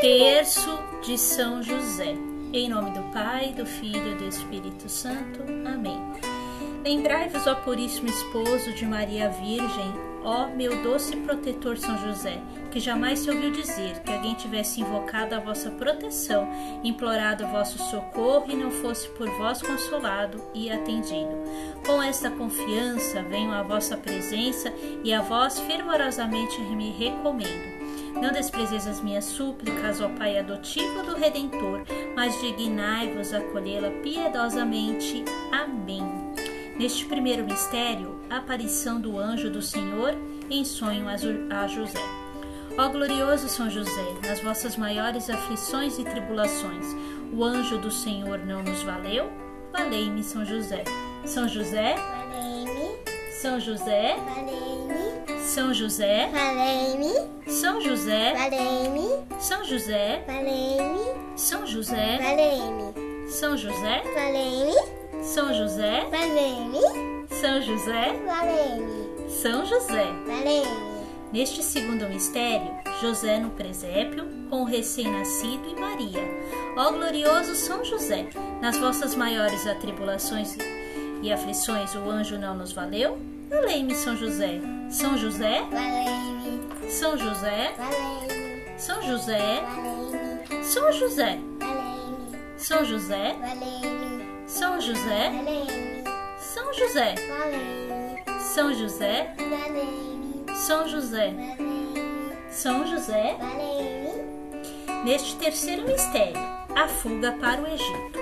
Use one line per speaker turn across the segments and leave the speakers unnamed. terço de São José. Em nome do Pai, do Filho e do Espírito Santo. Amém. Lembrai-vos, ó Puríssimo Esposo de Maria Virgem, ó meu doce protetor São José, que jamais se ouviu dizer que alguém tivesse invocado a vossa proteção, implorado o vosso socorro e não fosse por vós consolado e atendido. Com esta confiança venho à vossa presença e a vós fervorosamente me recomendo. Não desprezeis as minhas súplicas, ó Pai adotivo do Redentor, mas dignai-vos acolhê-la piedosamente. Amém. Neste primeiro mistério, a aparição do anjo do Senhor em sonho a José. Ó glorioso São José, nas vossas maiores aflições e tribulações, o anjo do Senhor não nos valeu? Valei-me, São José. São José,
Valei-me,
São José,
valei-me,
São José,
valei-me,
São José,
valei-me,
São José,
valei-me,
São José.
valei-me,
São José,
valei-me,
São José,
valei-me,
São José,
valei-me,
São José.
valei-me.
Neste segundo mistério, José no presépio, com o recém-nascido e Maria. Ó glorioso São José, nas vossas maiores atribulações e aflições o anjo não nos valeu? Valei-me, São José. São José,
Valei-me,
São José,
valei-me,
São José,
valei-me,
São José,
valei-me,
São José,
valei-me,
São José,
valei-me,
São José,
valei-me,
São José, São
valei-me,
José,
valei-me,
São José.
valei-me,
Neste terceiro mistério, a fuga para o Egito.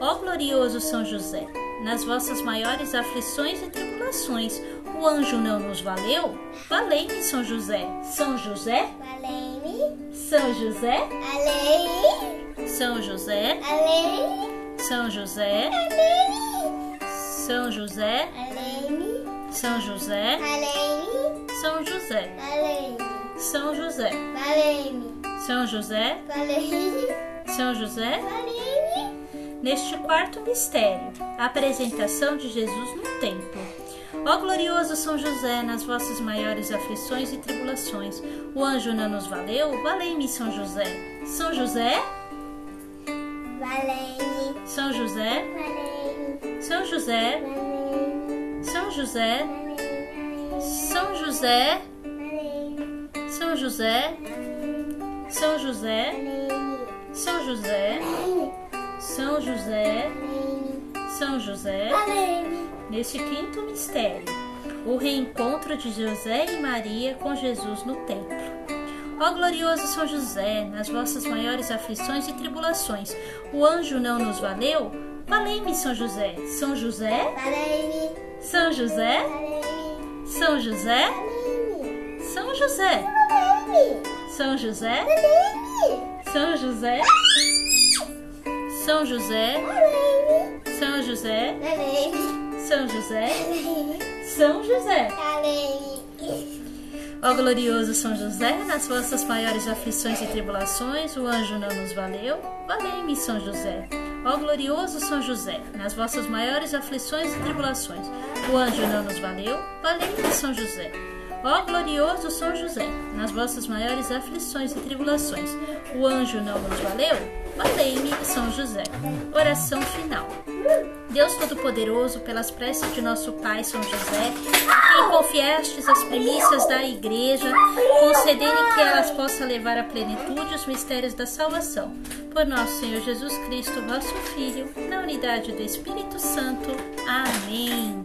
Ó glorioso São José, nas vossas maiores aflições e tribulações, o anjo não nos valeu? Valei-me, São José. São José,
valei-me,
São José,
valei-me,
São José,
valei-me,
São José,
valei-me,
São José,
valei-me.
São José,
Valei-me,
São José,
valei-me,
São José,
valei-me,
São José,
valei-me,
São José.
valei-me,
Neste quarto mistério, a apresentação de Jesus no templo. Ó glorioso São José, nas vossas maiores aflições e tribulações, o anjo não nos valeu? Valei-me, São José. São José,
valei-me,
São José,
valei-me,
São José,
valei-me,
São José,
valei-me,
São José,
valei-me,
São José, São José,
valei-me,
São José, São José, São José.
valei-me,
Neste quinto mistério, o reencontro de José e Maria com Jesus no templo. Ó glorioso São José, nas vossas maiores aflições e tribulações, o anjo não nos valeu? Valei-me, São José. São José?
valei-me,
São José?
valei-me,
São José?
valei-me,
São José?
valei-me,
São José? São
valei-me,
José? São José?
valei-me,
São José?
valei-me,
São José?
valei-me,
São José?
valei-me,
Ó glorioso São José, nas vossas maiores aflições e tribulações, o anjo não nos valeu. Valei-me, São José. Ó glorioso São José, nas vossas maiores aflições e tribulações, o anjo não nos valeu. Valei-me, São José. Ó glorioso São José, nas vossas maiores aflições e tribulações, o anjo não nos valeu. Valei-me, São José. Oração final. Deus Todo-Poderoso, pelas preces de nosso Pai São José, a quem confiastes as primícias da Igreja, concedei que elas possam levar à plenitude os mistérios da salvação. Por nosso Senhor Jesus Cristo, vosso Filho, na unidade do Espírito Santo. Amém.